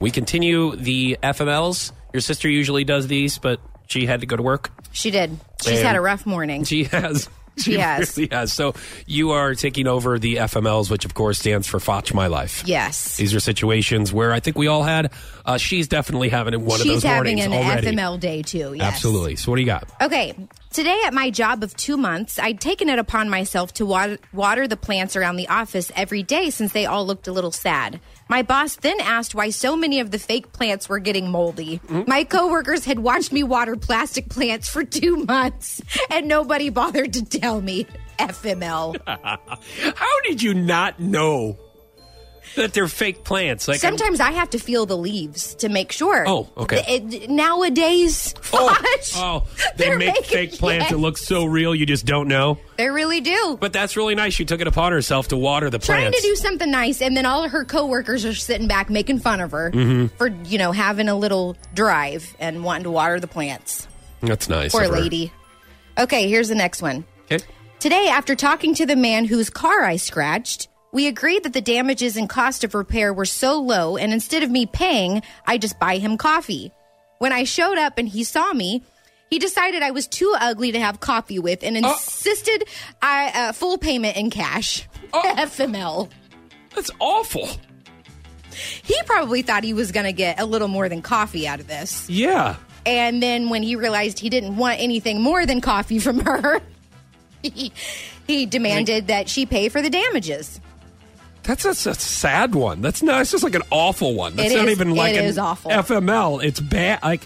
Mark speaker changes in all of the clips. Speaker 1: We continue the FMLs. Your sister usually does these, but she had to go to work.
Speaker 2: She did. She's
Speaker 1: And-
Speaker 2: had a rough morning.
Speaker 1: She has. She
Speaker 2: has.
Speaker 1: really has. So you are taking over the FMLs, which of course stands for Fotch My Life.
Speaker 2: yes.
Speaker 1: These are situations where I think we all had. Uh, she's definitely having one of
Speaker 2: She's
Speaker 1: those
Speaker 2: having
Speaker 1: mornings
Speaker 2: an
Speaker 1: already.
Speaker 2: FML day too. Yes.
Speaker 1: Absolutely. So what do you got?
Speaker 2: Okay. Today, at my job of two months, I'd taken it upon myself to water, water the plants around the office every day since they all looked a little sad. My boss then asked why so many of the fake plants were getting moldy.
Speaker 1: Mm-hmm.
Speaker 2: My coworkers had watched me water plastic plants for two months, and nobody bothered to tell me. FML.
Speaker 1: How did you not know that they're fake plants? Like I'm-
Speaker 2: Sometimes I have to feel the leaves to make sure.
Speaker 1: Oh, okay.
Speaker 2: Th- it- nowadays,
Speaker 1: Oh,
Speaker 2: Fosh,
Speaker 1: oh, they
Speaker 2: they're
Speaker 1: make
Speaker 2: making-
Speaker 1: fake plants that
Speaker 2: yes,
Speaker 1: look so real you just don't know.
Speaker 2: They really do.
Speaker 1: But that's really nice. She took it upon herself to water the
Speaker 2: trying
Speaker 1: plants.
Speaker 2: to do something nice, and then all her coworkers are sitting back making fun of her
Speaker 1: Mm-hmm.
Speaker 2: for you know having a little drive and wanting to water the plants.
Speaker 1: that's nice.
Speaker 2: Poor
Speaker 1: of her.
Speaker 2: lady. Okay, here's the next one.
Speaker 1: Okay.
Speaker 2: Today, after talking to the man whose car I scratched, we agreed that the damages and cost of repair were so low, and instead of me paying, I just buy him coffee. When I showed up and he saw me, he decided I was too ugly to have coffee with and insisted I uh, full payment in cash. FML.
Speaker 1: That's awful.
Speaker 2: He probably thought he was going to get a little more than coffee out of this.
Speaker 1: Yeah.
Speaker 2: And then when he realized he didn't want anything more than coffee from her, he, he demanded that she pay for the damages.
Speaker 1: That's a, a sad one. That's not. It's just like an awful one. That's
Speaker 2: It
Speaker 1: not
Speaker 2: is-
Speaker 1: even like
Speaker 2: it
Speaker 1: an
Speaker 2: is awful.
Speaker 1: FML. It's bad. Like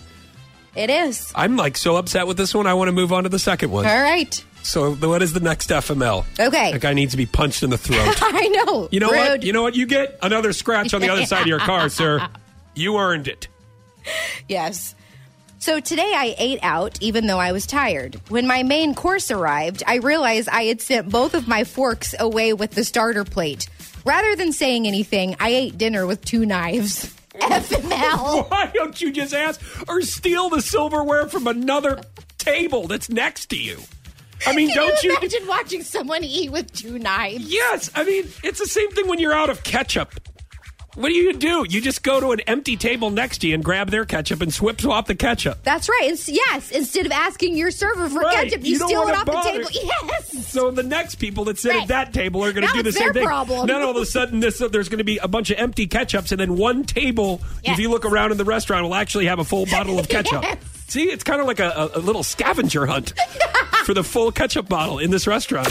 Speaker 2: It is.
Speaker 1: I'm like so upset with this one. I want to move on to the second one.
Speaker 2: All right.
Speaker 1: So th- what is the next FML?
Speaker 2: Okay.
Speaker 1: That guy needs to be punched in the throat.
Speaker 2: I know.
Speaker 1: You know
Speaker 2: Rude.
Speaker 1: what? You know what? You get another scratch on the other side of your car, sir. You earned it.
Speaker 2: Yes. So today I ate out even though I was tired. When my main course arrived, I realized I had sent both of my forks away with the starter plate. Rather than saying anything, I ate dinner with two knives. FML.
Speaker 1: Why don't you just ask or steal the silverware from another table that's next to you? I mean,
Speaker 2: Can
Speaker 1: don't
Speaker 2: you
Speaker 1: you?
Speaker 2: imagine watching someone eat with two knives?
Speaker 1: Yes, I mean it's the same thing when you're out of ketchup. What do you do? You just go to an empty table next to you and grab their ketchup and swip swap the ketchup.
Speaker 2: That's right. It's, yes, instead of asking your server for
Speaker 1: Right.
Speaker 2: ketchup,
Speaker 1: You
Speaker 2: you,
Speaker 1: don't
Speaker 2: steal it
Speaker 1: wanna
Speaker 2: off
Speaker 1: bother.
Speaker 2: the table. Yes.
Speaker 1: So the next people that sit at
Speaker 2: Right.
Speaker 1: that table are going to
Speaker 2: Now
Speaker 1: do the
Speaker 2: it's
Speaker 1: same
Speaker 2: their
Speaker 1: thing.
Speaker 2: problem.
Speaker 1: Then all of a sudden, this, there's going to be a bunch of empty ketchups, and then one table, if
Speaker 2: Yes.
Speaker 1: you look around in the restaurant, will actually have a full bottle of ketchup.
Speaker 2: Yes.
Speaker 1: See, it's kind of like a, a, a little scavenger hunt for the full ketchup bottle in this restaurant.